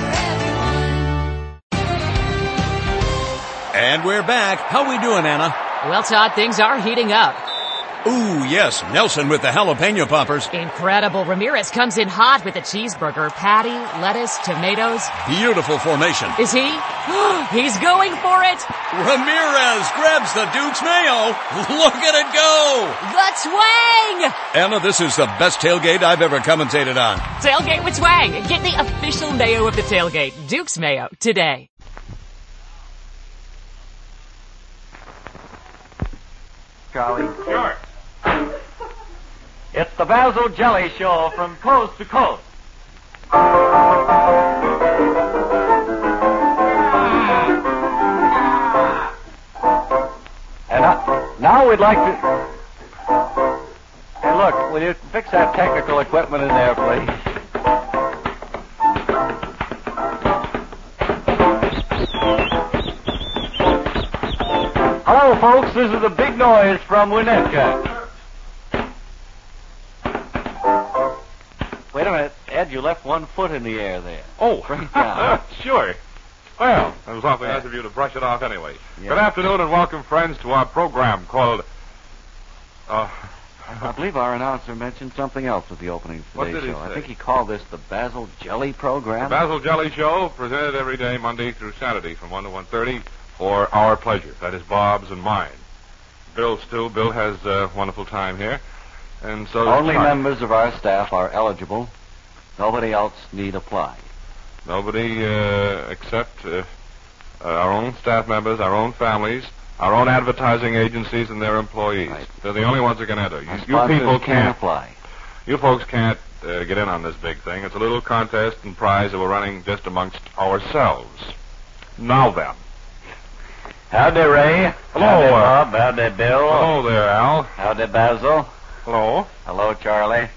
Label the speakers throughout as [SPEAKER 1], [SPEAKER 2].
[SPEAKER 1] for everyone.
[SPEAKER 2] And we're back. How we doing, Anna?
[SPEAKER 3] Well, Todd, things are heating up.
[SPEAKER 2] Ooh, yes, Nelson with the jalapeno poppers.
[SPEAKER 3] Incredible. Ramirez comes in hot with a cheeseburger, patty, lettuce, tomatoes.
[SPEAKER 2] Beautiful formation.
[SPEAKER 3] Is he? He's going for it.
[SPEAKER 2] Ramirez grabs the Duke's mayo. Look at it go!
[SPEAKER 3] The twang!
[SPEAKER 2] Anna, this is the best tailgate I've ever commentated on.
[SPEAKER 3] Tailgate with twang. Get the official mayo of the tailgate, Duke's mayo, today.
[SPEAKER 4] Charlie. Sure. It's the Basil Jelly Show from coast to coast. And I, now we'd like to. Hey, look, will you fix that technical equipment in there, please? Hello, folks. This is the big noise from Winnetka. Wait a minute, Ed. You left one foot in the air there.
[SPEAKER 5] Oh,
[SPEAKER 4] Right now.
[SPEAKER 5] sure. Well, it was awfully nice of you to brush it off anyway.
[SPEAKER 4] Yeah.
[SPEAKER 5] Good afternoon and welcome, friends, to our program called. Uh,
[SPEAKER 4] I believe our announcer mentioned something else at the opening of
[SPEAKER 5] What
[SPEAKER 4] today's
[SPEAKER 5] did he
[SPEAKER 4] show. I
[SPEAKER 5] say?
[SPEAKER 4] think he called this the Basil Jelly Program.
[SPEAKER 5] Basil Jelly Show, presented every day, Monday through Saturday, from 1 to 1.30, for our pleasure. That is Bob's and mine. Bill's too. Bill has a wonderful time here. And so... uh,
[SPEAKER 4] Only
[SPEAKER 5] Charlie.
[SPEAKER 4] members of our staff are eligible. Nobody else need apply.
[SPEAKER 5] Nobody uh, except uh, uh, our own staff members, our own families, our own advertising agencies, and their employees.
[SPEAKER 4] Right.
[SPEAKER 5] They're the only ones that can enter. You,
[SPEAKER 4] Our
[SPEAKER 5] you
[SPEAKER 4] sponsors
[SPEAKER 5] people
[SPEAKER 4] can
[SPEAKER 5] can't.
[SPEAKER 4] apply.
[SPEAKER 5] You folks can't uh, get in on this big thing. It's a little contest and prize that we're running just amongst ourselves. Now then.
[SPEAKER 4] Howdy, Ray.
[SPEAKER 5] Hello,
[SPEAKER 4] Howdy,
[SPEAKER 5] uh,
[SPEAKER 4] Bob. Howdy, Bill.
[SPEAKER 5] Hello there, Al.
[SPEAKER 4] Howdy, Basil.
[SPEAKER 5] Hello.
[SPEAKER 4] Hello, Charlie.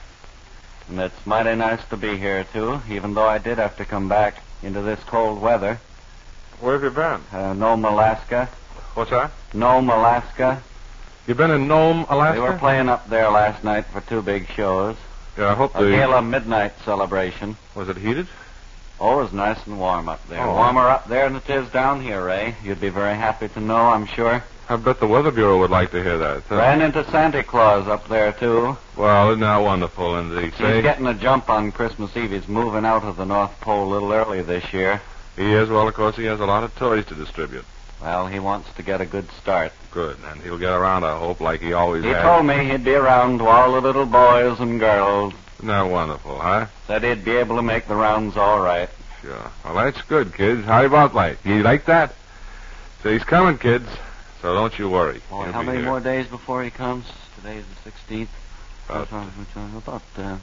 [SPEAKER 4] And it's mighty nice to be here, too, even though I did have to come back into this cold weather.
[SPEAKER 5] Where have you been?
[SPEAKER 4] Uh, Nome, Alaska.
[SPEAKER 5] What's that?
[SPEAKER 4] Nome, Alaska.
[SPEAKER 5] You've been in Nome,
[SPEAKER 4] They
[SPEAKER 5] Alaska?
[SPEAKER 4] were playing up there last night for two big shows.
[SPEAKER 5] yeah, I hope
[SPEAKER 4] A
[SPEAKER 5] the...
[SPEAKER 4] gala midnight celebration.
[SPEAKER 5] Was it heated?
[SPEAKER 4] Always nice and warm up there.
[SPEAKER 5] Oh.
[SPEAKER 4] Warmer up there than it is down here, Ray. You'd be very happy to know, I'm sure.
[SPEAKER 5] I bet the Weather Bureau would like to hear that. huh?
[SPEAKER 4] Ran into Santa Claus up there, too.
[SPEAKER 5] Well, isn't that wonderful? And they say...
[SPEAKER 4] He's getting a jump on Christmas Eve. He's moving out of the North Pole a little early this year.
[SPEAKER 5] He is. Well, of course, he has a lot of toys to distribute.
[SPEAKER 4] Well, he wants to get a good start.
[SPEAKER 5] Good. And he'll get around, I hope, like he always
[SPEAKER 4] He
[SPEAKER 5] has.
[SPEAKER 4] told me he'd be around to all the little boys and girls.
[SPEAKER 5] Isn't that wonderful, huh?
[SPEAKER 4] Said he'd be able to make the rounds all right.
[SPEAKER 5] Sure. Well, that's good, kids. How about that? You like that? So he's coming, kids. So don't you worry.
[SPEAKER 4] Boy,
[SPEAKER 5] He'll
[SPEAKER 4] how
[SPEAKER 5] be
[SPEAKER 4] many
[SPEAKER 5] here.
[SPEAKER 4] more days before he comes? Today's the 16th. Uh,
[SPEAKER 5] About
[SPEAKER 4] About, uh,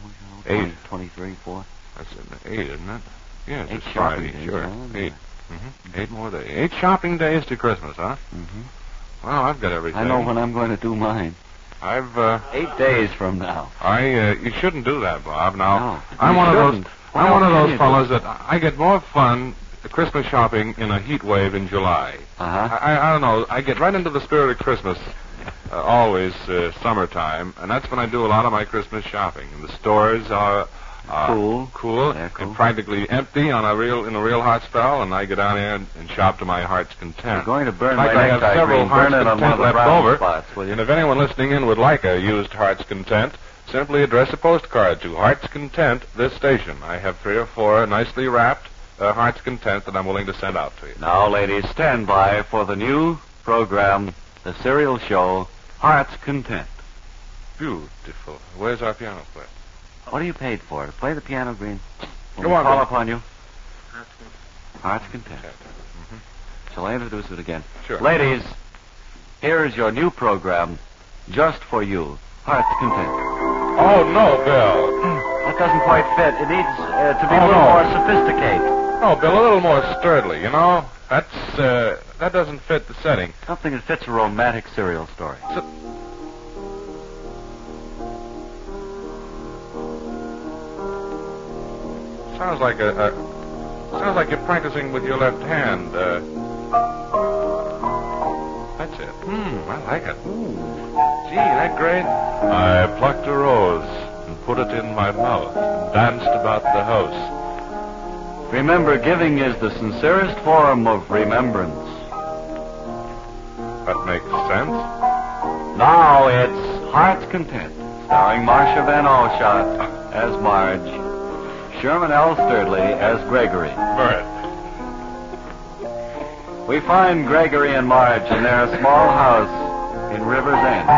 [SPEAKER 5] Eight.
[SPEAKER 4] 23, 4.
[SPEAKER 5] That's an eight, isn't it? Yeah, it's
[SPEAKER 4] Eight
[SPEAKER 5] just
[SPEAKER 4] shopping
[SPEAKER 5] Friday.
[SPEAKER 4] days,
[SPEAKER 5] sure.
[SPEAKER 4] huh?
[SPEAKER 5] Eight. Mm-hmm. Eight more days. Eight shopping days to Christmas, huh?
[SPEAKER 4] Mm-hmm.
[SPEAKER 5] Well, I've got everything.
[SPEAKER 4] I know when I'm going to do mine.
[SPEAKER 5] I've. Uh,
[SPEAKER 4] Eight days from now.
[SPEAKER 5] I. Uh, you shouldn't do that, Bob. Now,
[SPEAKER 4] No.
[SPEAKER 5] I'm
[SPEAKER 4] You
[SPEAKER 5] one of
[SPEAKER 4] shouldn't.
[SPEAKER 5] those. I'm
[SPEAKER 4] Well,
[SPEAKER 5] one of
[SPEAKER 4] how
[SPEAKER 5] those
[SPEAKER 4] you
[SPEAKER 5] fellows that I get more fun at Christmas shopping in a heat wave in July.
[SPEAKER 4] Uh huh.
[SPEAKER 5] I, I- I don't know. I get right into the spirit of Christmas, uh, always uh, summertime, and that's when I do a lot of my Christmas shopping. And the stores are uh,
[SPEAKER 4] Cool.
[SPEAKER 5] cool,
[SPEAKER 4] They're cool.
[SPEAKER 5] and practically empty on a real in a real hot spell. And I get down there and, and shop to my heart's content.
[SPEAKER 4] You're going to burn
[SPEAKER 5] In fact,
[SPEAKER 4] my
[SPEAKER 5] I have
[SPEAKER 4] necktie
[SPEAKER 5] several
[SPEAKER 4] green.
[SPEAKER 5] hearts
[SPEAKER 4] Burn it on one of
[SPEAKER 5] content
[SPEAKER 4] the
[SPEAKER 5] left
[SPEAKER 4] brown
[SPEAKER 5] over.
[SPEAKER 4] spots, will you?
[SPEAKER 5] And if anyone listening in would like a used heart's content. Simply address a postcard to Heart's Content, this station. I have three or four nicely wrapped uh, Heart's Content that I'm willing to send out to you.
[SPEAKER 4] Now, ladies, stand by for the new program, the serial show, Heart's Content.
[SPEAKER 5] Beautiful. Where's our piano player?
[SPEAKER 4] What are you paid for? To play the piano, Green. When
[SPEAKER 5] Go
[SPEAKER 4] we
[SPEAKER 5] on,
[SPEAKER 4] call
[SPEAKER 5] Bill.
[SPEAKER 4] upon you. Heart's Content. Shall I introduce it again?
[SPEAKER 5] Sure.
[SPEAKER 4] Ladies, here is your new program, just for you, Heart's Content.
[SPEAKER 5] Oh, no, Bill.
[SPEAKER 4] That doesn't quite fit. It needs uh, to be a
[SPEAKER 5] Oh,
[SPEAKER 4] little
[SPEAKER 5] no.
[SPEAKER 4] more sophisticated.
[SPEAKER 5] Oh, Bill, a little more sturdily, you know? That's, uh, that doesn't fit the setting.
[SPEAKER 4] Something that fits a romantic serial story.
[SPEAKER 5] So... Sounds like a, a sounds like you're practicing with your left hand. Uh, that's it. Hmm, I like it. Ooh. Gee, that great. I plucked a rose and put it in my mouth and danced about the house.
[SPEAKER 4] Remember, giving is the sincerest form of remembrance.
[SPEAKER 5] That makes sense.
[SPEAKER 4] Now it's Heart's Content, starring Marcia Van Alshot as Marge, Sherman L. Sturdley as Gregory.
[SPEAKER 5] Bird.
[SPEAKER 4] We find Gregory and Marge in their small house in River's End.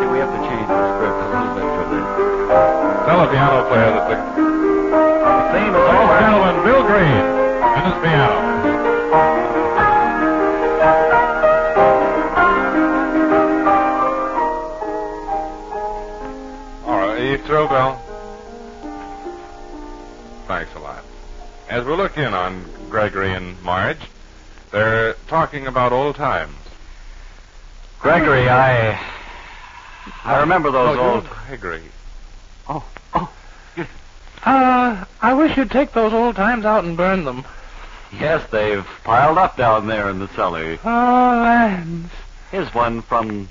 [SPEAKER 4] See, we have to change the script a little bit for this.
[SPEAKER 5] Tell the piano player that the
[SPEAKER 4] The theme is
[SPEAKER 5] Ladies and
[SPEAKER 4] over.
[SPEAKER 5] gentlemen, Bill Green and his piano. All right, are you through, Bill? Thanks a lot. As we look in on Gregory and Marge, they're talking about old times.
[SPEAKER 4] Gregory, I. I remember those
[SPEAKER 5] oh,
[SPEAKER 4] old.
[SPEAKER 5] you, Gregory.
[SPEAKER 4] Oh, oh.
[SPEAKER 6] Uh, I wish you'd take those old times out and burn them.
[SPEAKER 4] Yes, they've piled up down there in the cellar.
[SPEAKER 6] Oh, lands.
[SPEAKER 4] Here's one from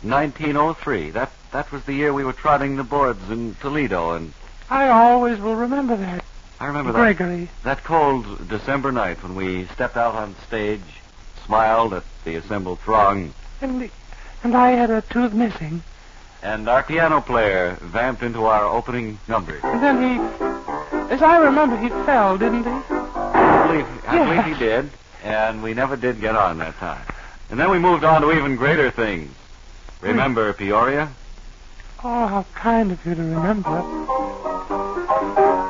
[SPEAKER 4] 1903. That that was the year we were trotting the boards in Toledo, and
[SPEAKER 6] I always will remember that.
[SPEAKER 4] I remember that
[SPEAKER 6] Gregory.
[SPEAKER 4] that cold December night when we stepped out on stage, smiled at the assembled throng,
[SPEAKER 6] And, and I had a tooth missing.
[SPEAKER 4] and our piano player vamped into our opening number.
[SPEAKER 6] And then he, as I remember, he fell, didn't he?
[SPEAKER 4] I believe, I
[SPEAKER 6] Yeah.
[SPEAKER 4] believe he did, and we never did get on that time. And then we moved on to even greater things. Remember Peoria?
[SPEAKER 6] Oh, how kind of you to remember.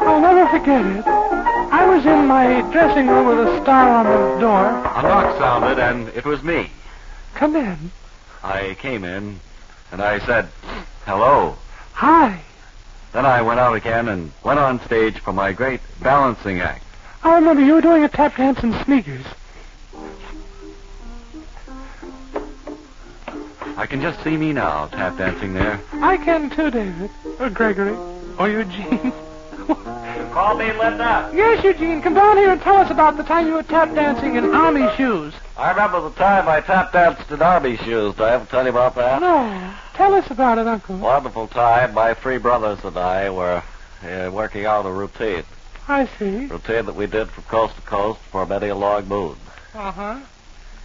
[SPEAKER 6] I'll never forget it. I was in my dressing room with a star on the door.
[SPEAKER 4] A knock sounded, and it was me.
[SPEAKER 6] Come in.
[SPEAKER 4] I came in, and I said, "Hello."
[SPEAKER 6] Hi.
[SPEAKER 4] Then I went out again and went on stage for my great balancing act.
[SPEAKER 6] I remember you were doing a tap dance in sneakers.
[SPEAKER 4] I can just see me now tap dancing there.
[SPEAKER 6] I can too, David. Or Gregory. Or Eugene.
[SPEAKER 4] Call me Linda.
[SPEAKER 6] Yes, Eugene, come down here and tell us about the time you were tap dancing in army shoes.
[SPEAKER 4] I remember the time I tap danced in Arby's shoes. Do I ever tell you about that?
[SPEAKER 6] No, tell us about it, Uncle.
[SPEAKER 4] Wonderful time. My three brothers and I were uh, working out a routine.
[SPEAKER 6] I see.
[SPEAKER 4] Routine that we did from coast to coast for many a long moon.
[SPEAKER 6] Uh huh.
[SPEAKER 4] Our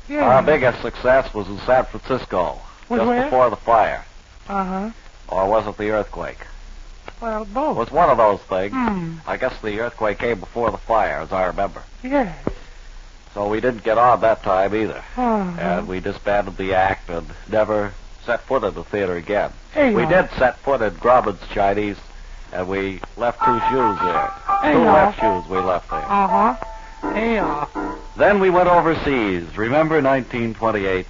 [SPEAKER 6] Yeah.
[SPEAKER 4] biggest success was in San Francisco.
[SPEAKER 6] Was
[SPEAKER 4] just
[SPEAKER 6] where?
[SPEAKER 4] before the fire.
[SPEAKER 6] Uh huh.
[SPEAKER 4] Or was it the earthquake?
[SPEAKER 6] Well,
[SPEAKER 4] It
[SPEAKER 6] both.
[SPEAKER 4] was one of those things.
[SPEAKER 6] Oh. Hmm.
[SPEAKER 4] I guess the earthquake came before the fire, as I remember.
[SPEAKER 6] Yes.
[SPEAKER 4] So we didn't get on that time either.
[SPEAKER 6] Uh-huh.
[SPEAKER 4] And we disbanded the act and never set foot in the theater again.
[SPEAKER 6] Hey, uh-huh.
[SPEAKER 4] We
[SPEAKER 6] now.
[SPEAKER 4] did set foot in Grauman's Chinese, and we left two shoes there.
[SPEAKER 6] Hey,
[SPEAKER 4] two
[SPEAKER 6] now.
[SPEAKER 4] left shoes we left there.
[SPEAKER 6] Uh huh. Hey, uh.
[SPEAKER 4] Then we went overseas. Remember 1928?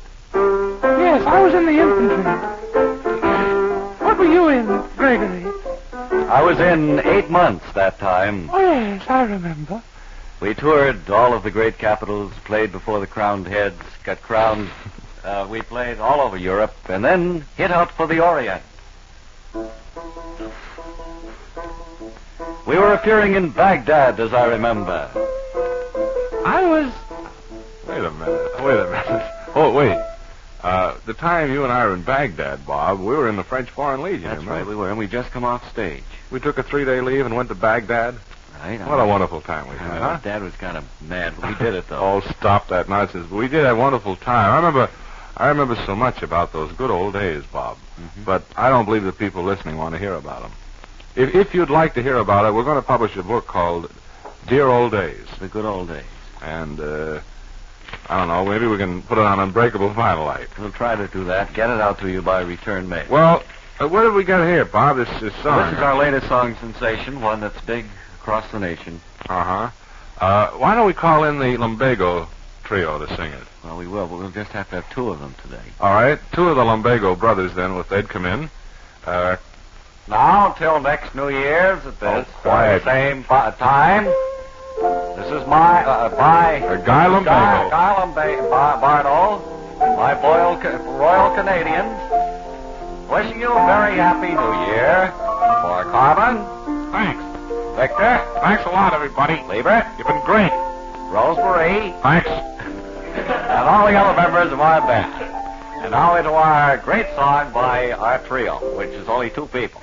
[SPEAKER 6] Yes, I was in the infantry. What were you in, Gregory?
[SPEAKER 4] I was in eight months that time.
[SPEAKER 6] Oh, yes, I remember.
[SPEAKER 4] We toured all of the great capitals, played before the crowned heads, got crowned. Uh, we played all over Europe, and then hit out for the Orient. We were appearing in Baghdad, as I remember.
[SPEAKER 6] I was.
[SPEAKER 5] Wait a minute. Wait a minute. Oh, wait. Uh, the time you and I were in Baghdad, Bob, we were in the French Foreign Legion.
[SPEAKER 4] That's
[SPEAKER 5] remember?
[SPEAKER 4] right, we were, and we just come off stage.
[SPEAKER 5] We took a three-day leave and went to Baghdad.
[SPEAKER 4] Right?
[SPEAKER 5] What a wonderful time we had,
[SPEAKER 4] Uh,
[SPEAKER 5] huh?
[SPEAKER 4] Dad was kind of mad, but we did it though.
[SPEAKER 5] Oh, stop that nonsense! But we did have a wonderful time. I remember, I remember so much about those good old days, Bob.
[SPEAKER 4] Mm-hmm.
[SPEAKER 5] But I don't believe the people listening want to hear about them. If, if you'd like to hear about it, we're going to publish a book called "Dear Old Days,"
[SPEAKER 4] the good old days.
[SPEAKER 5] and uh, I don't know, maybe we can put it on Unbreakable Vinyl
[SPEAKER 4] We'll try to do that. Get it out to you by return mail.
[SPEAKER 5] Well, uh, what have we got here, Bob? This is song.
[SPEAKER 4] this is our latest song sensation, one that's big across the nation.
[SPEAKER 5] Uh-huh. Uh Why don't we call in the Lumbago trio to sing it?
[SPEAKER 4] Well, we will, but we'll just have to have two of them today.
[SPEAKER 5] All right. Two of the Lumbago brothers, then, if they'd come in. Uh,
[SPEAKER 4] Now, till next New Year's at this
[SPEAKER 5] Oh, quiet.
[SPEAKER 4] same fi- time, this is my, uh, my...
[SPEAKER 5] Uh, Guy
[SPEAKER 4] Guy,
[SPEAKER 5] Lumbago.
[SPEAKER 4] Guy Lumba- Bar- Bardo, my Royal, Ca- Royal Canadian, wishing you a very happy New Year for Carmen,
[SPEAKER 5] Thanks.
[SPEAKER 4] Victor,
[SPEAKER 5] Thanks a lot, everybody.
[SPEAKER 4] Lieber,
[SPEAKER 5] You've been great.
[SPEAKER 4] Rosemary,
[SPEAKER 5] Thanks.
[SPEAKER 4] and all the other members of our band. And now into our great song by our trio, which is only two people.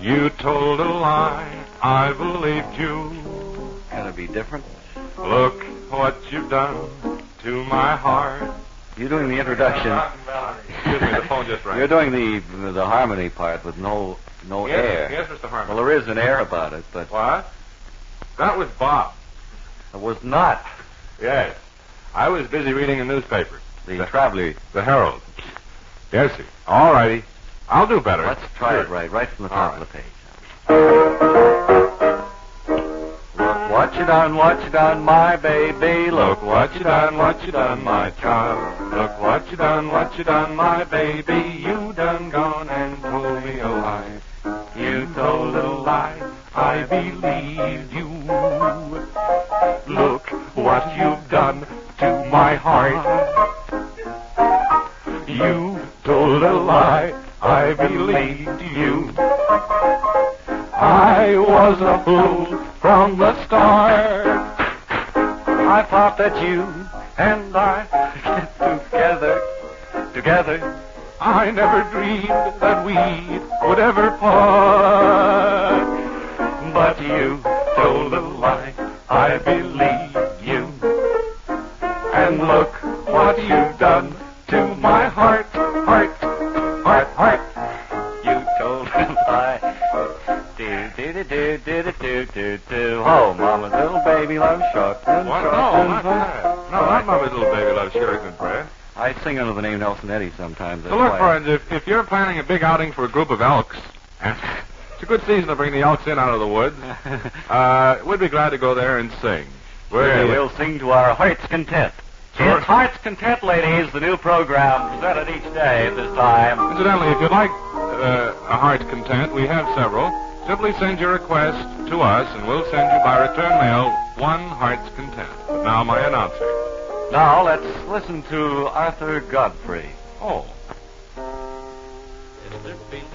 [SPEAKER 5] You told a lie. I believed you.
[SPEAKER 4] Gonna be different.
[SPEAKER 5] Look what you've done to my heart.
[SPEAKER 4] You're doing the introduction.
[SPEAKER 5] Excuse me, the phone just rang.
[SPEAKER 4] You're doing the the harmony part with no no
[SPEAKER 5] yes,
[SPEAKER 4] air.
[SPEAKER 5] Yes, Mr. Harmon.
[SPEAKER 4] Well, there is an air about it, but
[SPEAKER 5] What? That was Bob.
[SPEAKER 4] it was not
[SPEAKER 5] Yes. I was busy reading a newspaper.
[SPEAKER 4] the
[SPEAKER 5] The-
[SPEAKER 4] traveler.
[SPEAKER 5] The Herald. Yes, sir. All righty. I'll do better.
[SPEAKER 4] Let's try it
[SPEAKER 5] Sure.
[SPEAKER 4] right, right from the
[SPEAKER 5] All
[SPEAKER 4] top of the page. Look what you done, what you done, my baby.
[SPEAKER 5] Look what you done, what you done, my child. Look what you done, what you done, my baby. You done gone and told me a lie. You told a lie, I believed you. Look what you've done to my heart. You told a lie, I believed you. I was a fool from the start.
[SPEAKER 4] I thought that you and I get together, together.
[SPEAKER 5] I never dreamed that we would ever part. But you told a lie, I believe you. And look what you've done to my heart, heart, heart, heart.
[SPEAKER 4] You told him I. Do, do, do, do, do, do, do, do, do. Oh, mama's little baby loves short and
[SPEAKER 5] What?
[SPEAKER 4] short
[SPEAKER 5] No,
[SPEAKER 4] and
[SPEAKER 5] not
[SPEAKER 4] short.
[SPEAKER 5] that. No, not Mama's Little Baby Love Sheridan Prayer.
[SPEAKER 4] I sing under the name Nelson Eddy sometimes.
[SPEAKER 5] So
[SPEAKER 4] that's
[SPEAKER 5] look,
[SPEAKER 4] why.
[SPEAKER 5] friends, if, if you're planning a big outing for a group of elks, and it's a good season to bring the elks in out of the woods, uh, we'd be glad to go there and sing.
[SPEAKER 4] We'll, we'll sing to our heart's content.
[SPEAKER 5] Sure.
[SPEAKER 4] It's Heart's Content, ladies, the new program presented each day at this time.
[SPEAKER 5] Incidentally, if you'd like uh, a heart's content, we have several. Simply send your request to us, and we'll send you by return mail one heart's content. But now my announcer.
[SPEAKER 4] Now, let's listen to Arthur Godfrey.
[SPEAKER 5] Oh,
[SPEAKER 7] Chesterfield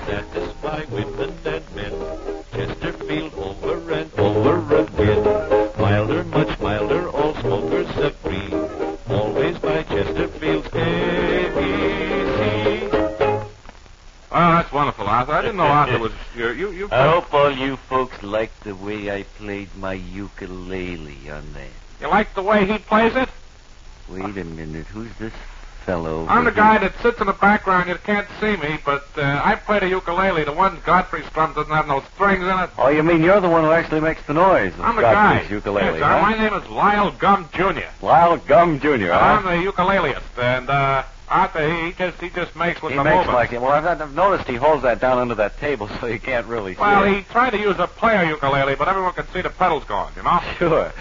[SPEAKER 7] satisfied women and men. Chesterfield over and over again. Milder, much milder, all smokers are free. Always by Chesterfield's ABC.
[SPEAKER 5] well, Oh, that's wonderful, Arthur. I didn't know Arthur was your, you. You.
[SPEAKER 4] I hope all you folks like the way I played my ukulele on that.
[SPEAKER 5] You like the way he plays it?
[SPEAKER 4] Wait a minute, who's this fellow?
[SPEAKER 5] I'm the
[SPEAKER 4] with
[SPEAKER 5] guy that sits in the background. You can't see me, but uh, I played a ukulele. The one Godfrey strums doesn't have no strings in it.
[SPEAKER 4] Oh, you mean you're the one who actually makes the noise? of
[SPEAKER 5] I'm the
[SPEAKER 4] Godfrey's
[SPEAKER 5] guy.
[SPEAKER 4] Ukulele,
[SPEAKER 5] Yes, sir.
[SPEAKER 4] huh?
[SPEAKER 5] My name is Lyle Gum Jr.
[SPEAKER 4] Lyle Gum Jr.
[SPEAKER 5] I'm
[SPEAKER 4] Huh?
[SPEAKER 5] the ukuleleist, and uh, Arthur he just he just makes with
[SPEAKER 4] He
[SPEAKER 5] the
[SPEAKER 4] makes
[SPEAKER 5] movements.
[SPEAKER 4] like it. Well, I've, I've noticed he holds that down under that table, so you can't really see.
[SPEAKER 5] Well,
[SPEAKER 4] it.
[SPEAKER 5] he tried to use a player ukulele, but everyone could see the pedals gone, you know?
[SPEAKER 4] Sure.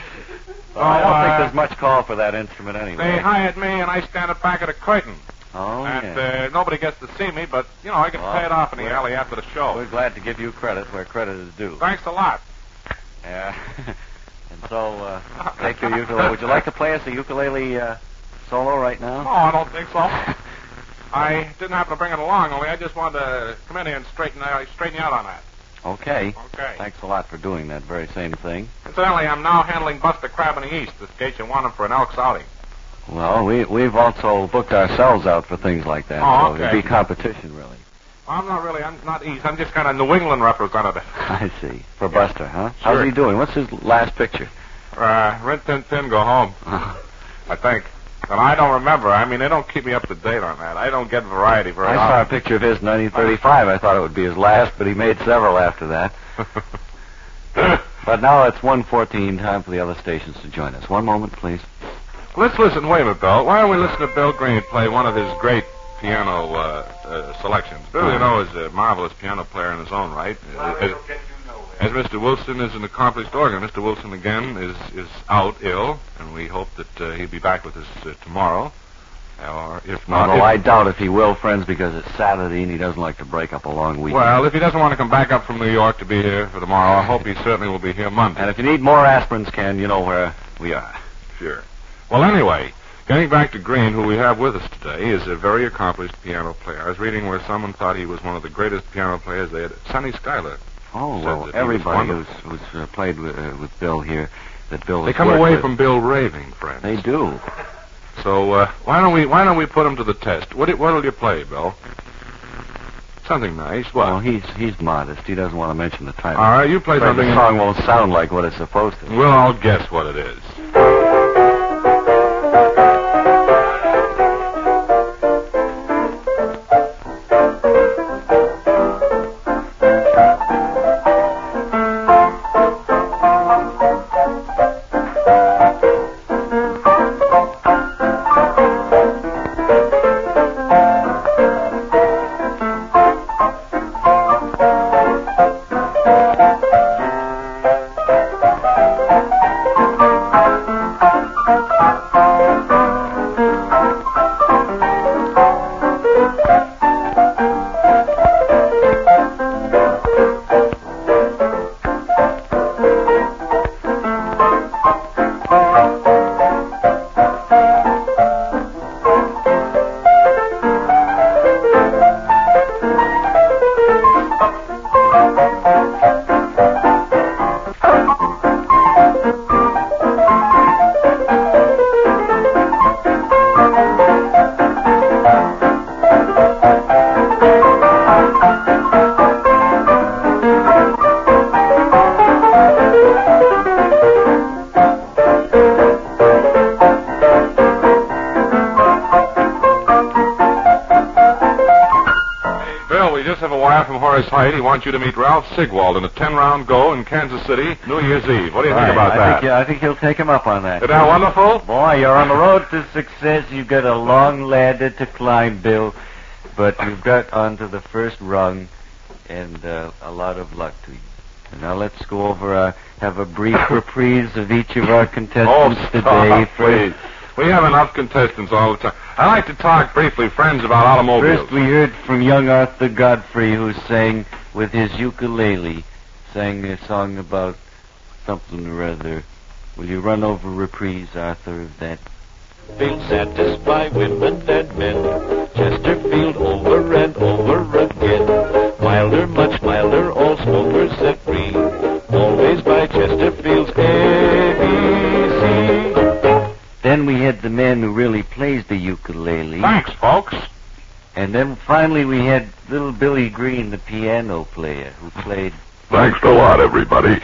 [SPEAKER 4] Well, I don't
[SPEAKER 5] uh,
[SPEAKER 4] think there's much call for that instrument anyway.
[SPEAKER 5] They hired me, and I stand at back of the curtain.
[SPEAKER 4] oh,
[SPEAKER 5] and
[SPEAKER 4] yeah.
[SPEAKER 5] uh, nobody gets to see me, but, you know, I can
[SPEAKER 4] Well,
[SPEAKER 5] pay it off in the
[SPEAKER 4] well,
[SPEAKER 5] alley after the
[SPEAKER 4] We're
[SPEAKER 5] show.
[SPEAKER 4] glad to give you credit where credit is due.
[SPEAKER 5] Thanks a lot.
[SPEAKER 4] Yeah. and so, uh, take your ukulele. Would you like to play us a ukulele uh, solo right
[SPEAKER 5] Oh,
[SPEAKER 4] now?
[SPEAKER 5] I don't think so. I didn't happen to bring it along, only I just wanted to come in here and straighten, uh, straighten you out on that.
[SPEAKER 4] Okay.
[SPEAKER 5] Okay.
[SPEAKER 4] Thanks a lot for doing that very same thing.
[SPEAKER 5] Incidentally, I'm now handling Buster Crab in the East, this case you wanted for an Elks outing.
[SPEAKER 4] Well, we, we've also booked ourselves out for things like that.
[SPEAKER 5] Oh,
[SPEAKER 4] so
[SPEAKER 5] okay.
[SPEAKER 4] It'd be competition, really.
[SPEAKER 5] I'm not really, I'm not East, I'm just kind of New England representative.
[SPEAKER 4] I see. For Buster, huh? How's
[SPEAKER 5] Sure.
[SPEAKER 4] he doing? What's his last picture?
[SPEAKER 5] Uh, Rin Tin Tin, go home.
[SPEAKER 4] Uh,
[SPEAKER 5] I think. And I don't remember. I mean, they don't keep me up to date on that. I don't get variety very
[SPEAKER 4] I saw a picture of his in 1935. I thought it would be his last, but he made several after that.
[SPEAKER 5] often.
[SPEAKER 4] But now it's 1.14, time for the other stations to join us. One moment, please.
[SPEAKER 5] Let's listen. Wait a minute, Bill. Why don't we listen to Bill Green play one of his great piano uh, uh, selections? Bill, you know, is a marvelous piano player in his own right. As, as Mr. Wilson is an accomplished organist, Mr. Wilson again is is out ill, and we hope that uh, he'll be back with us uh, tomorrow. Or if not,
[SPEAKER 4] Although
[SPEAKER 5] if-
[SPEAKER 4] I doubt if he will, friends, because it's Saturday and he doesn't like to break up a long weekend.
[SPEAKER 5] well, if he doesn't want to come back up from New York to be here for tomorrow, I hope he certainly will be here Monday.
[SPEAKER 4] and if you need more aspirins, Ken, you know where we are.
[SPEAKER 5] Sure. Well, anyway, getting back to Green, who we have with us today, is a very accomplished piano player. I was reading where someone thought he was one of the greatest piano players they had. Sonny Schuyler.
[SPEAKER 4] Oh
[SPEAKER 5] Said that he
[SPEAKER 4] well,
[SPEAKER 5] was
[SPEAKER 4] everybody who's,
[SPEAKER 5] wonderful.
[SPEAKER 4] who's uh, played with, uh, with Bill here, that Bill.
[SPEAKER 5] They
[SPEAKER 4] has
[SPEAKER 5] come
[SPEAKER 4] worked
[SPEAKER 5] away
[SPEAKER 4] with-
[SPEAKER 5] from Bill raving, friends.
[SPEAKER 4] They do.
[SPEAKER 5] So uh, why don't we why don't we put him to the test? What what'll you play, Bill? Something nice. What?
[SPEAKER 4] Well, he's he's modest. He doesn't want to mention the title.
[SPEAKER 5] All right, you play
[SPEAKER 4] Afraid
[SPEAKER 5] something.
[SPEAKER 4] The song won't sound like what it's supposed to.
[SPEAKER 5] We'll all guess what it is. Bill, we just have a wire from Horace Height. He wants you to meet Ralph Sigwald in a ten-round go in Kansas City, New Year's Eve. What do you
[SPEAKER 4] All right,
[SPEAKER 5] think about
[SPEAKER 4] I
[SPEAKER 5] that?
[SPEAKER 4] Think, uh, yeah, I think he'll take him up on that.
[SPEAKER 5] Isn't that wonderful?
[SPEAKER 4] Boy, you're on the road to success. You've got a long ladder to climb, Bill, but you've got onto the first rung, and uh, a lot of luck to you. And now let's go over, uh, have a brief reprise of each of our
[SPEAKER 5] Oh,
[SPEAKER 4] contestants today.
[SPEAKER 5] stop, please. We have enough contestants all the time. I like to talk briefly, friends, about automobiles.
[SPEAKER 4] First, we heard from young Arthur Godfrey, who sang with his ukulele, sang a song about something or other. Will you run over reprise, Arthur, of that?
[SPEAKER 7] Feel satisfied women and men. Chesterfield over and over again. Milder, much milder, all smokers set free. Always by Chesterfield's ABC.
[SPEAKER 4] Then we had the man who really plays the ukulele.
[SPEAKER 5] Thanks, folks.
[SPEAKER 4] And then finally we had little Billy Green, the piano player, who played.
[SPEAKER 5] Thanks a lot, everybody.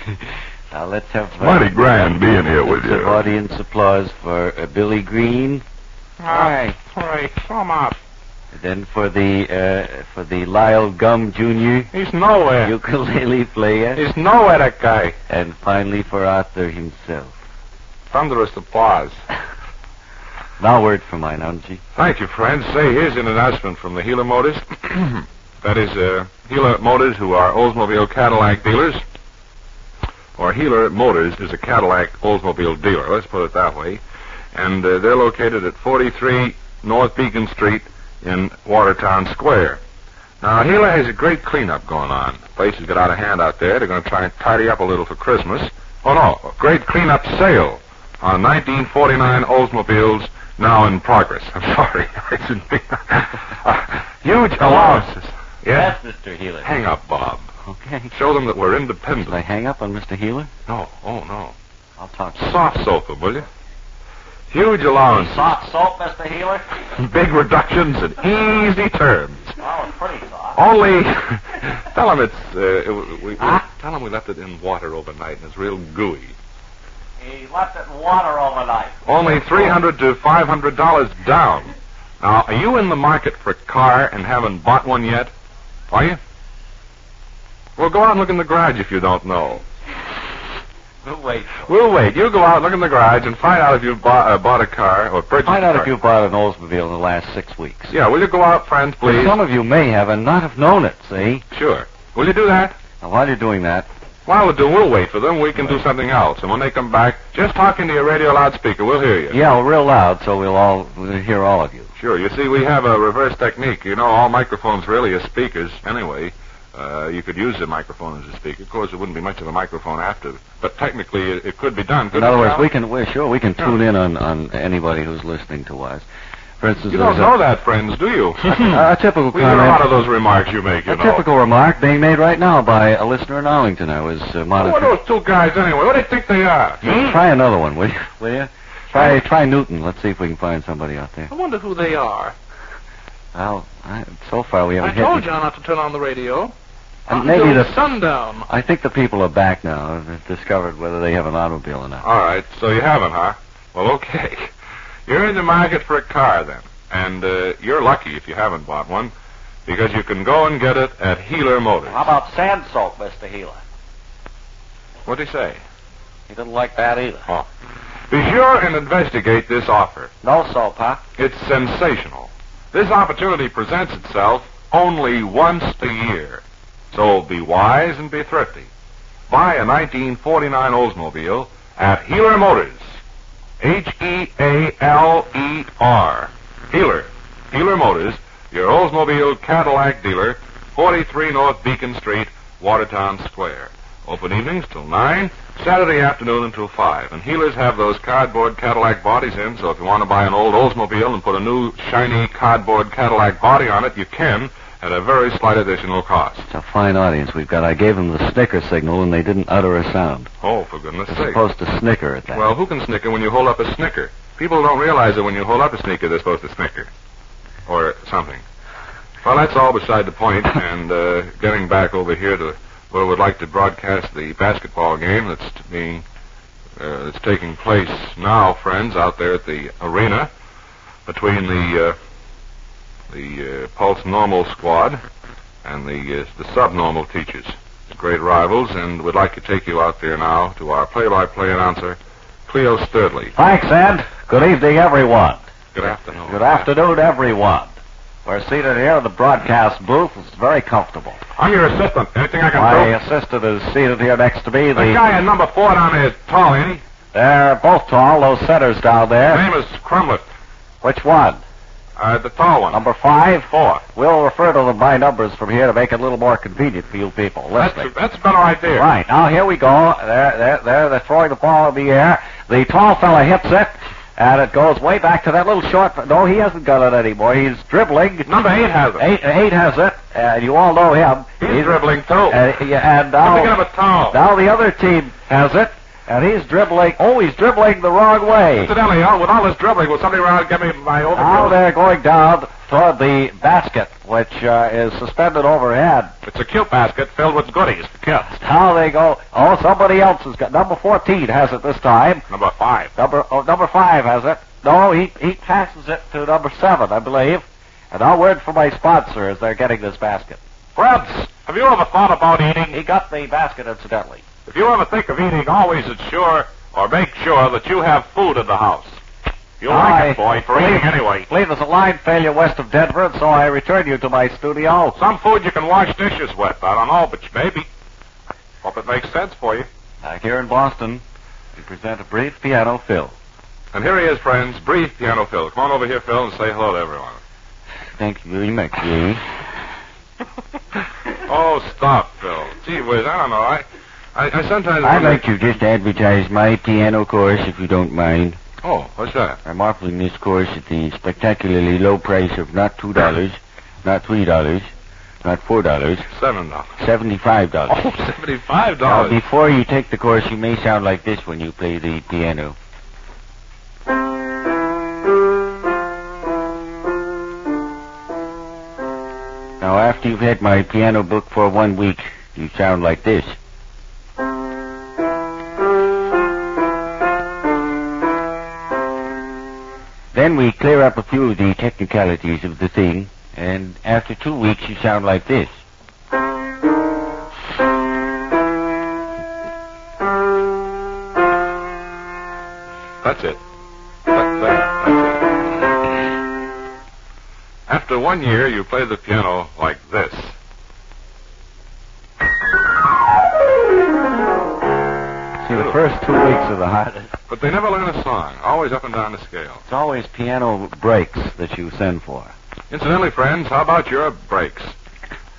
[SPEAKER 4] Now let's have uh,
[SPEAKER 5] grand being here with
[SPEAKER 4] some audience applause for uh, Billy Green. Hi.
[SPEAKER 5] Sorry, come up.
[SPEAKER 4] Then for the uh, for the Lyle Gum Jr.
[SPEAKER 5] He's nowhere.
[SPEAKER 4] ukulele player,
[SPEAKER 5] He's nowhere, that guy.
[SPEAKER 4] and finally for Arthur himself.
[SPEAKER 5] Thunderous applause.
[SPEAKER 4] Now word for mine, Angie.
[SPEAKER 5] Thank you, friends. Say, here's an announcement from the Gila Motors. that is, uh, Gila Motors, who are Oldsmobile Cadillac dealers. Or Gila Motors is a Cadillac Oldsmobile dealer, let's put it that way. And uh, they're located at 43 North Beacon Street in Watertown Square. Now, Gila has a great cleanup going on. The place has got out of hand out there. They're going to try and tidy up a little for Christmas. Oh, no, a great cleanup sale on 1949 Oldsmobiles now in progress. I'm sorry. I didn't mean uh, Huge allowances. Yes?
[SPEAKER 4] Yes, Mr. Healer.
[SPEAKER 5] Hang up, Bob.
[SPEAKER 4] Okay.
[SPEAKER 5] Show them that we're
[SPEAKER 4] Should I
[SPEAKER 5] independent.
[SPEAKER 4] hang up on Mr. Healer?
[SPEAKER 5] No, oh, no.
[SPEAKER 4] I'll talk.
[SPEAKER 5] Soft soap 'em, will you? Huge allowances,
[SPEAKER 4] Soft soap, Mr. Healer.
[SPEAKER 5] big reductions, and easy terms.
[SPEAKER 4] Well, it's pretty soft.
[SPEAKER 5] Only tell him it's uh, we, we, tell him we left it in water overnight and it's real gooey.
[SPEAKER 4] He left it in water overnight.
[SPEAKER 5] Only three hundred to five hundred dollars down. Now, are you in the market for a car and haven't bought one yet? Are you? Well, go out and look in the garage if you don't know.
[SPEAKER 4] We'll wait.
[SPEAKER 5] We'll wait. You go out, look in the garage, and find out if you bought, uh, bought a car or purchased.
[SPEAKER 4] Find
[SPEAKER 5] a
[SPEAKER 4] out
[SPEAKER 5] car.
[SPEAKER 4] if you bought an Oldsmobile in the last six weeks.
[SPEAKER 5] Yeah, will you go out, friends, please?
[SPEAKER 4] Some of you may have and not have known it, see?
[SPEAKER 5] Sure. Will you do that?
[SPEAKER 4] Now, while you're doing that,
[SPEAKER 5] While we do, we'll wait for them. We can do something else. And when they come back, just talk into your radio loudspeaker. We'll hear you.
[SPEAKER 4] yell real loud so we'll all we'll hear all of you.
[SPEAKER 5] Sure. You see, we have a reverse technique. You know, all microphones really are speakers anyway. Uh, you could use the microphone as a speaker. Of course, it wouldn't be much of a microphone after, but technically it, it could be done.
[SPEAKER 4] In
[SPEAKER 5] couldn't
[SPEAKER 4] other
[SPEAKER 5] it,
[SPEAKER 4] words,
[SPEAKER 5] Al?
[SPEAKER 4] we can, we're sure we can tune in on, on anybody who's listening to us. For instance,
[SPEAKER 5] You don't
[SPEAKER 4] there's
[SPEAKER 5] know that, friends, do you?
[SPEAKER 4] a, a, a typical
[SPEAKER 5] we hear a
[SPEAKER 4] comment.
[SPEAKER 5] lot of those remarks you make, you
[SPEAKER 4] a
[SPEAKER 5] know.
[SPEAKER 4] typical remark being made right now by a listener in Arlington. I was
[SPEAKER 8] Oh,
[SPEAKER 4] uh,
[SPEAKER 5] Who are
[SPEAKER 4] monitoring.
[SPEAKER 5] those two guys anyway? What do you think they are?
[SPEAKER 4] Try another one, will you? Will you? Try, try Newton. Let's see if we can find somebody out there.
[SPEAKER 8] I wonder who they are.
[SPEAKER 4] Well, I, so far we
[SPEAKER 8] I
[SPEAKER 4] haven't
[SPEAKER 8] told
[SPEAKER 4] hit.
[SPEAKER 8] you not to turn on the radio. Not
[SPEAKER 4] and maybe
[SPEAKER 8] until
[SPEAKER 4] the.
[SPEAKER 8] it's sundown.
[SPEAKER 4] I think the people are back now. They've discovered whether they have an automobile or not.
[SPEAKER 5] All right, so you haven't, huh? Well, okay. You're in the market for a car, then. And uh, you're lucky if you haven't bought one, because you can go and get it at Healer Motors.
[SPEAKER 4] about sand salt, Mr. Healer?
[SPEAKER 5] What'd he say?
[SPEAKER 4] He doesn't like that either.
[SPEAKER 5] Oh. Be sure and investigate this offer.
[SPEAKER 4] No salt, huh?
[SPEAKER 5] It's sensational. This opportunity presents itself only once a year. So be wise and be thrifty. Buy a 1949 Oldsmobile at Healer Motors. H E A L E R. Healer. Healer Motors, your Oldsmobile Cadillac dealer, 43 North Beacon Street, Watertown Square. Open evenings till 9, Saturday afternoon until 5. And Healers have those cardboard Cadillac bodies in, so if you want to buy an old Oldsmobile and put a new, shiny cardboard Cadillac body on it, you can at a very slight additional cost.
[SPEAKER 4] It's a fine audience we've got. I gave them the snicker signal and they didn't utter a sound.
[SPEAKER 5] Oh, for goodness
[SPEAKER 4] They're
[SPEAKER 5] sake.
[SPEAKER 4] supposed to snicker at that.
[SPEAKER 5] Well, who can snicker when you hold up a snicker? People don't realize that when you hold up a snicker, they're supposed to snicker. Or something. Well, that's all beside the point, and uh, getting back over here to where we'd like to broadcast the basketball game that's t- being uh, that's taking place now, friends, out there at the arena between the uh, the uh, Pulse Normal Squad and the uh, the subnormal teachers, great rivals, and we'd like to take you out there now to our play-by-play announcer, Cleo Sturdley.
[SPEAKER 4] Thanks, Ed. Good evening, everyone.
[SPEAKER 5] Good afternoon.
[SPEAKER 4] Good afternoon, everyone. We're seated here in the broadcast booth. It's very comfortable.
[SPEAKER 5] I'm your assistant. Anything I can
[SPEAKER 4] My
[SPEAKER 5] do?
[SPEAKER 4] assistant is seated here next to me.
[SPEAKER 5] The
[SPEAKER 4] The,
[SPEAKER 5] guy in number four down there is tall, ain't he?
[SPEAKER 4] they're both tall, those centers down
[SPEAKER 5] His
[SPEAKER 4] there.
[SPEAKER 5] name is Crumlet.
[SPEAKER 4] Which one?
[SPEAKER 5] Uh, the tall one.
[SPEAKER 4] Number five?
[SPEAKER 5] four.
[SPEAKER 4] We'll refer to them by numbers from here to make it a little more convenient for you people
[SPEAKER 5] That's,
[SPEAKER 4] listening.
[SPEAKER 5] that's a better idea.
[SPEAKER 4] Right, now here we go. There, there, there, they're throwing the ball in the air. The tall fella hits it, and it goes way back to that little short. No, he hasn't got it anymore. He's dribbling.
[SPEAKER 5] Number eight has it.
[SPEAKER 4] Eight, eight has it, and you all know him.
[SPEAKER 5] He's dribbling, too.
[SPEAKER 4] Uh, yeah, and
[SPEAKER 5] I'm thinking of
[SPEAKER 4] now,
[SPEAKER 5] a tall.
[SPEAKER 4] now the other team has it, and he's dribbling. Oh, he's dribbling the wrong way.
[SPEAKER 5] Incidentally, uh, with all this dribbling, will somebody around get me my
[SPEAKER 4] Now
[SPEAKER 5] overcoat?
[SPEAKER 4] they're going down toward the basket, which uh, is suspended overhead.
[SPEAKER 5] It's a cute basket filled with goodies. Cute.
[SPEAKER 4] Now they go. Oh, somebody else has got number fourteen has it this time.
[SPEAKER 5] Number five.
[SPEAKER 4] Number oh, number five has it. No, he he passes it to number seven, I believe. And I'll word for my sponsor as they're getting this basket.
[SPEAKER 5] Grebs, have you ever thought about eating?
[SPEAKER 4] He got the basket incidentally.
[SPEAKER 5] If you ever think of eating, always ensure or make sure that you have food in the house. You'll like it, boy, for eating anyway.
[SPEAKER 4] believe there's a line failure west of Denver, and so I return you to my studio.
[SPEAKER 5] Some food you can wash dishes with. I don't know, but maybe. Hope it makes sense for you.
[SPEAKER 9] Uh,
[SPEAKER 4] Back here in Boston, we present a brief piano fill.
[SPEAKER 5] And here he is, friends. Brief piano Phil. Come on over here, Phil, and say hello to everyone.
[SPEAKER 4] Thank you, thank you.
[SPEAKER 5] Oh, stop, Phil. Gee whiz, I don't know. I, I, I sometimes.
[SPEAKER 9] I'd like to just advertise my piano course, if you don't mind.
[SPEAKER 5] Oh, what's that?
[SPEAKER 9] I'm offering this course at the spectacularly low price of not two dollars, not three dollars, not four dollars,
[SPEAKER 5] Seven dollars.
[SPEAKER 9] seventy-five dollars.
[SPEAKER 5] Oh, seventy-five
[SPEAKER 9] Now,
[SPEAKER 5] dollars.
[SPEAKER 9] before you take the course, you may sound like this when you play the piano. Now, after you've had my piano book for one week, you sound like this. Then we clear up a few of the technicalities of the thing, and after two weeks, you sound like this.
[SPEAKER 5] That's it. That- that- that's it. After one year, you play the piano like this.
[SPEAKER 9] See what
[SPEAKER 4] first two weeks are the hardest.
[SPEAKER 5] But they never learn a song. Always up and down the scale.
[SPEAKER 4] It's always piano breaks that you send for.
[SPEAKER 5] Incidentally, friends, how about your brakes?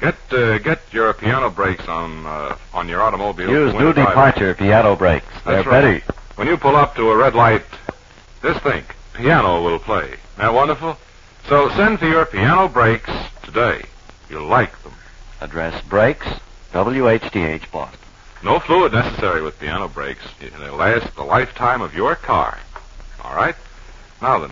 [SPEAKER 5] Get uh, get your piano brakes on uh, on your automobile.
[SPEAKER 4] Use
[SPEAKER 5] when
[SPEAKER 4] new
[SPEAKER 5] driving.
[SPEAKER 4] departure piano breaks. They're
[SPEAKER 5] That's right.
[SPEAKER 4] better.
[SPEAKER 5] When you pull up to a red light, just think piano will play. Isn't that wonderful? So send for your piano brakes today. You'll like them.
[SPEAKER 4] Address breaks, WHDH Boston.
[SPEAKER 5] No fluid necessary with piano brakes. They last the lifetime of your car. All right. Now then,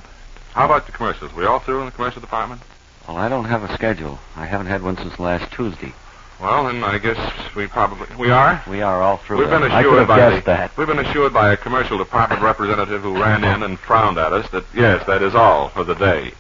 [SPEAKER 5] how about the commercials? We all through in the commercial department?
[SPEAKER 4] Well, I don't have a schedule. I haven't had one since last Tuesday.
[SPEAKER 5] Well, then I guess we probably we are.
[SPEAKER 4] We are all through.
[SPEAKER 5] We've been
[SPEAKER 4] them. I could
[SPEAKER 5] assured
[SPEAKER 4] have
[SPEAKER 5] by
[SPEAKER 4] guessed
[SPEAKER 5] the-
[SPEAKER 4] that.
[SPEAKER 5] We've been assured by a commercial department representative who ran in and frowned at us that yes, that is all for the day.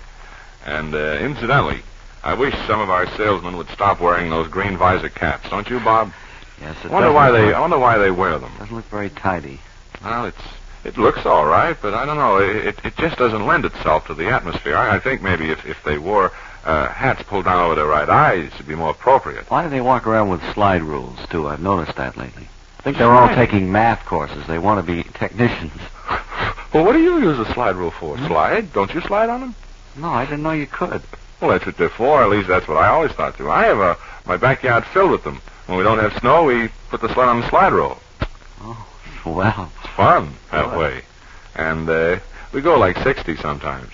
[SPEAKER 5] And uh, incidentally, I wish some of our salesmen would stop wearing those green visor caps, don't you, Bob?
[SPEAKER 4] Yes, it
[SPEAKER 5] I wonder
[SPEAKER 4] doesn't
[SPEAKER 5] why they.
[SPEAKER 4] look-
[SPEAKER 5] I wonder why they wear them.
[SPEAKER 4] Doesn't look very tidy.
[SPEAKER 5] Well, it's it looks all right, but I don't know. It it, it just doesn't lend itself to the atmosphere. I, I think maybe if if they wore uh, hats pulled down over their right eyes, it'd be more appropriate.
[SPEAKER 4] Why do they walk around with slide rules too? I've noticed that lately. I think they're all
[SPEAKER 5] Slide?
[SPEAKER 4] taking math courses. They want to be technicians.
[SPEAKER 5] Well, what do you use a slide rule for?
[SPEAKER 4] Hmm?
[SPEAKER 5] Slide? Don't you slide on them?
[SPEAKER 4] No, I didn't know you could.
[SPEAKER 5] Well, that's what they're for. At least that's what I always thought to. I have uh my backyard filled with them. When we don't have snow, we put the sled on the slide roll.
[SPEAKER 4] Oh, Well,
[SPEAKER 5] It's fun that way, and uh, we go like sixty sometimes.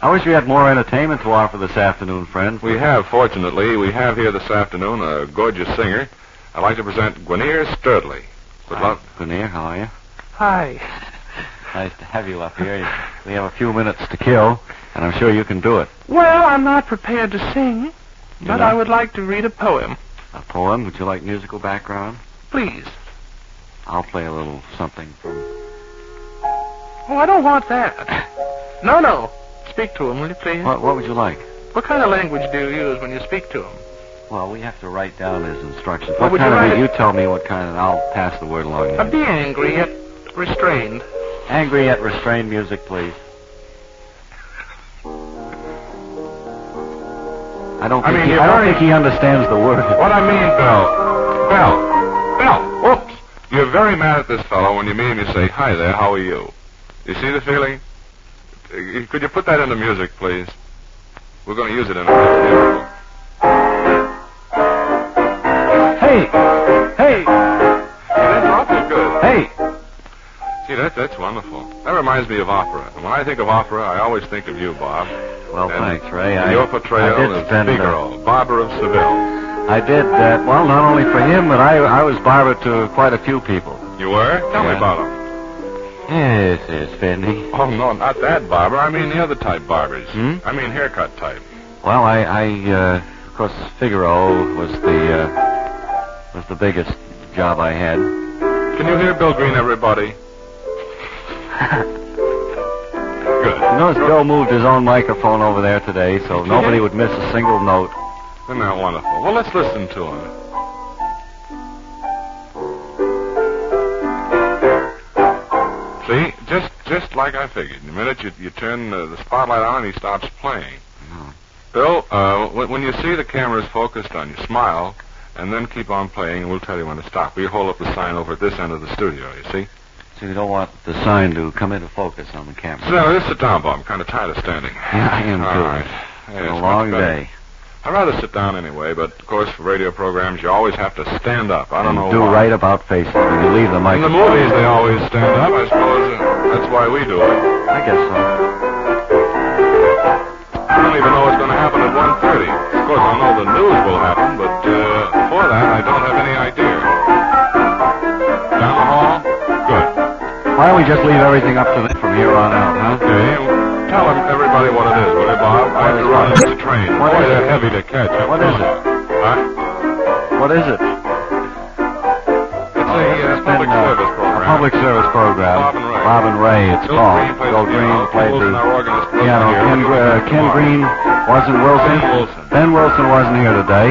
[SPEAKER 4] I wish we had more entertainment to offer this afternoon, friends.
[SPEAKER 5] We have, fortunately, we have here this afternoon a gorgeous singer. I'd like to present Gwenere Sturdley. Good
[SPEAKER 4] Hi,
[SPEAKER 5] luck.
[SPEAKER 4] Grenier, how are you?
[SPEAKER 8] Hi.
[SPEAKER 4] Nice to have you up here. We have a few minutes to kill, and I'm sure you can do it.
[SPEAKER 8] Well, I'm not prepared to sing,
[SPEAKER 4] You
[SPEAKER 8] but
[SPEAKER 4] know,
[SPEAKER 8] I would like to read a poem,
[SPEAKER 4] a poem. Would you like musical background?
[SPEAKER 8] please.
[SPEAKER 4] I'll play a little something from.
[SPEAKER 8] Oh, I don't want that. No, no. Speak to him, will you please?
[SPEAKER 4] What, what would you like?
[SPEAKER 8] What kind of language do you use when you speak to him?
[SPEAKER 4] Well, we have to write down his instructions.
[SPEAKER 8] Well,
[SPEAKER 4] What
[SPEAKER 8] would
[SPEAKER 4] kind
[SPEAKER 8] you
[SPEAKER 4] of
[SPEAKER 8] write
[SPEAKER 4] a,
[SPEAKER 8] it-
[SPEAKER 4] you tell me what kind, and I'll pass the word along.
[SPEAKER 8] Uh,
[SPEAKER 4] To you.
[SPEAKER 8] be angry yet restrained.
[SPEAKER 4] Angry yet restrained music, please. I don't
[SPEAKER 5] I
[SPEAKER 4] think,
[SPEAKER 5] mean,
[SPEAKER 4] he,
[SPEAKER 5] you've
[SPEAKER 4] I don't
[SPEAKER 5] already-
[SPEAKER 4] think he understands the word.
[SPEAKER 5] What I mean, Bell. Bell. Bell. Whoops. You're very mad at this fellow when you meet him. You say, "Hi there. How are you?" You see the feeling? Uh, Could you put that into music, please? We're going to use it in our next musical.
[SPEAKER 4] Hey! Hey!
[SPEAKER 5] See, that's awfully good.
[SPEAKER 4] Hey!
[SPEAKER 5] See, that, that's wonderful. That reminds me of opera. And when I think of opera, I always think of you, Bob.
[SPEAKER 4] Well,
[SPEAKER 5] And
[SPEAKER 4] thanks, Ray.
[SPEAKER 5] and
[SPEAKER 4] I,
[SPEAKER 5] your
[SPEAKER 4] I
[SPEAKER 5] portrayal
[SPEAKER 4] did
[SPEAKER 5] of
[SPEAKER 4] spend, uh,
[SPEAKER 5] Figaro, Barbara of Seville.
[SPEAKER 4] I did that. Well, not only for him, but I, I was barber to quite a few people.
[SPEAKER 5] You were? Tell me
[SPEAKER 4] Yeah.
[SPEAKER 5] about him.
[SPEAKER 4] Yes, yes, Fendi.
[SPEAKER 5] Oh, no, not that barber. I mean the other type barbers.
[SPEAKER 4] Hmm?
[SPEAKER 5] I mean haircut type.
[SPEAKER 4] Well, I, I uh, of course, Figaro was the uh, was the biggest job I had.
[SPEAKER 5] Can you hear Bill Green, everybody? Good.
[SPEAKER 4] You notice Bill moved his own microphone over there today, so nobody would miss a single note.
[SPEAKER 5] Isn't that wonderful? Well, let's listen to him. See, just just like I figured. The minute you, you turn uh, the spotlight on, he stops playing. Bill, uh, w- when you see the camera's focused on you, smile, and then keep on playing, and we'll tell you when to stop. We hold up the sign over at this end of the studio, you see?
[SPEAKER 4] So you don't want the sign to come into focus on the camera.
[SPEAKER 5] So now, just sit down, Bob. I'm kind of tired of standing.
[SPEAKER 4] Yeah, I am
[SPEAKER 5] All
[SPEAKER 4] too.
[SPEAKER 5] right.
[SPEAKER 4] It's
[SPEAKER 5] Yeah,
[SPEAKER 4] been a
[SPEAKER 5] much
[SPEAKER 4] long
[SPEAKER 5] better.
[SPEAKER 4] day.
[SPEAKER 5] I'd rather sit down anyway, but of course, for radio programs, you always have to stand up. I don't
[SPEAKER 4] and
[SPEAKER 5] know
[SPEAKER 4] do
[SPEAKER 5] why.
[SPEAKER 4] right about faces when you leave the
[SPEAKER 5] In the
[SPEAKER 4] microphone.
[SPEAKER 5] movies, they always stand up. I suppose uh, that's why we do it.
[SPEAKER 4] I guess so.
[SPEAKER 5] I don't even know what's going to happen at 1.30. Of course, I know the news will happen, but uh, before that, I don't have any idea. Down the hall? Good.
[SPEAKER 4] Why don't we just leave everything up to them from here on out, huh?
[SPEAKER 5] Okay, well, tell em- everybody what it is, will you, Bob? I have to run into the train.
[SPEAKER 4] What
[SPEAKER 5] Boy,
[SPEAKER 4] is
[SPEAKER 5] they're
[SPEAKER 4] it?
[SPEAKER 5] heavy to catch. I'm
[SPEAKER 4] What is
[SPEAKER 5] telling you. Huh?
[SPEAKER 4] What is it?
[SPEAKER 5] It's a uh,
[SPEAKER 4] It's
[SPEAKER 5] public
[SPEAKER 4] been, uh,
[SPEAKER 5] service program.
[SPEAKER 4] A public service program.
[SPEAKER 5] Bob and Ray.
[SPEAKER 4] It's
[SPEAKER 5] Bill
[SPEAKER 4] called.
[SPEAKER 5] Green plays
[SPEAKER 4] Bill Green played
[SPEAKER 5] piano. Wilson,
[SPEAKER 4] the
[SPEAKER 5] our organist, Uh-huh. wasn't
[SPEAKER 4] piano. Ken,
[SPEAKER 5] here.
[SPEAKER 4] uh,
[SPEAKER 5] We'll be back
[SPEAKER 4] Ken
[SPEAKER 5] tomorrow.
[SPEAKER 4] Green wasn't Wilson.
[SPEAKER 5] Ben Wilson.
[SPEAKER 4] Ben Wilson wasn't here today.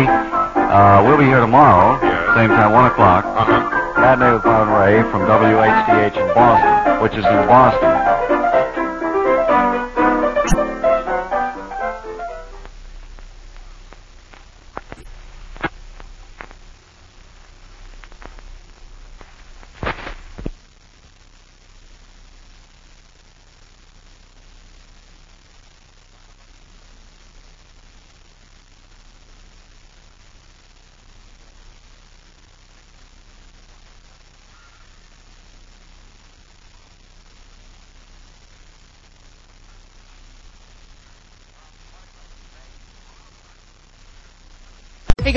[SPEAKER 4] Uh, we'll be here tomorrow,
[SPEAKER 5] Yes.
[SPEAKER 4] same time, one o'clock.
[SPEAKER 5] Uh-huh.
[SPEAKER 4] Bad News with Bob and Ray from WHDH in Boston, which is in Boston.
[SPEAKER 10] Hey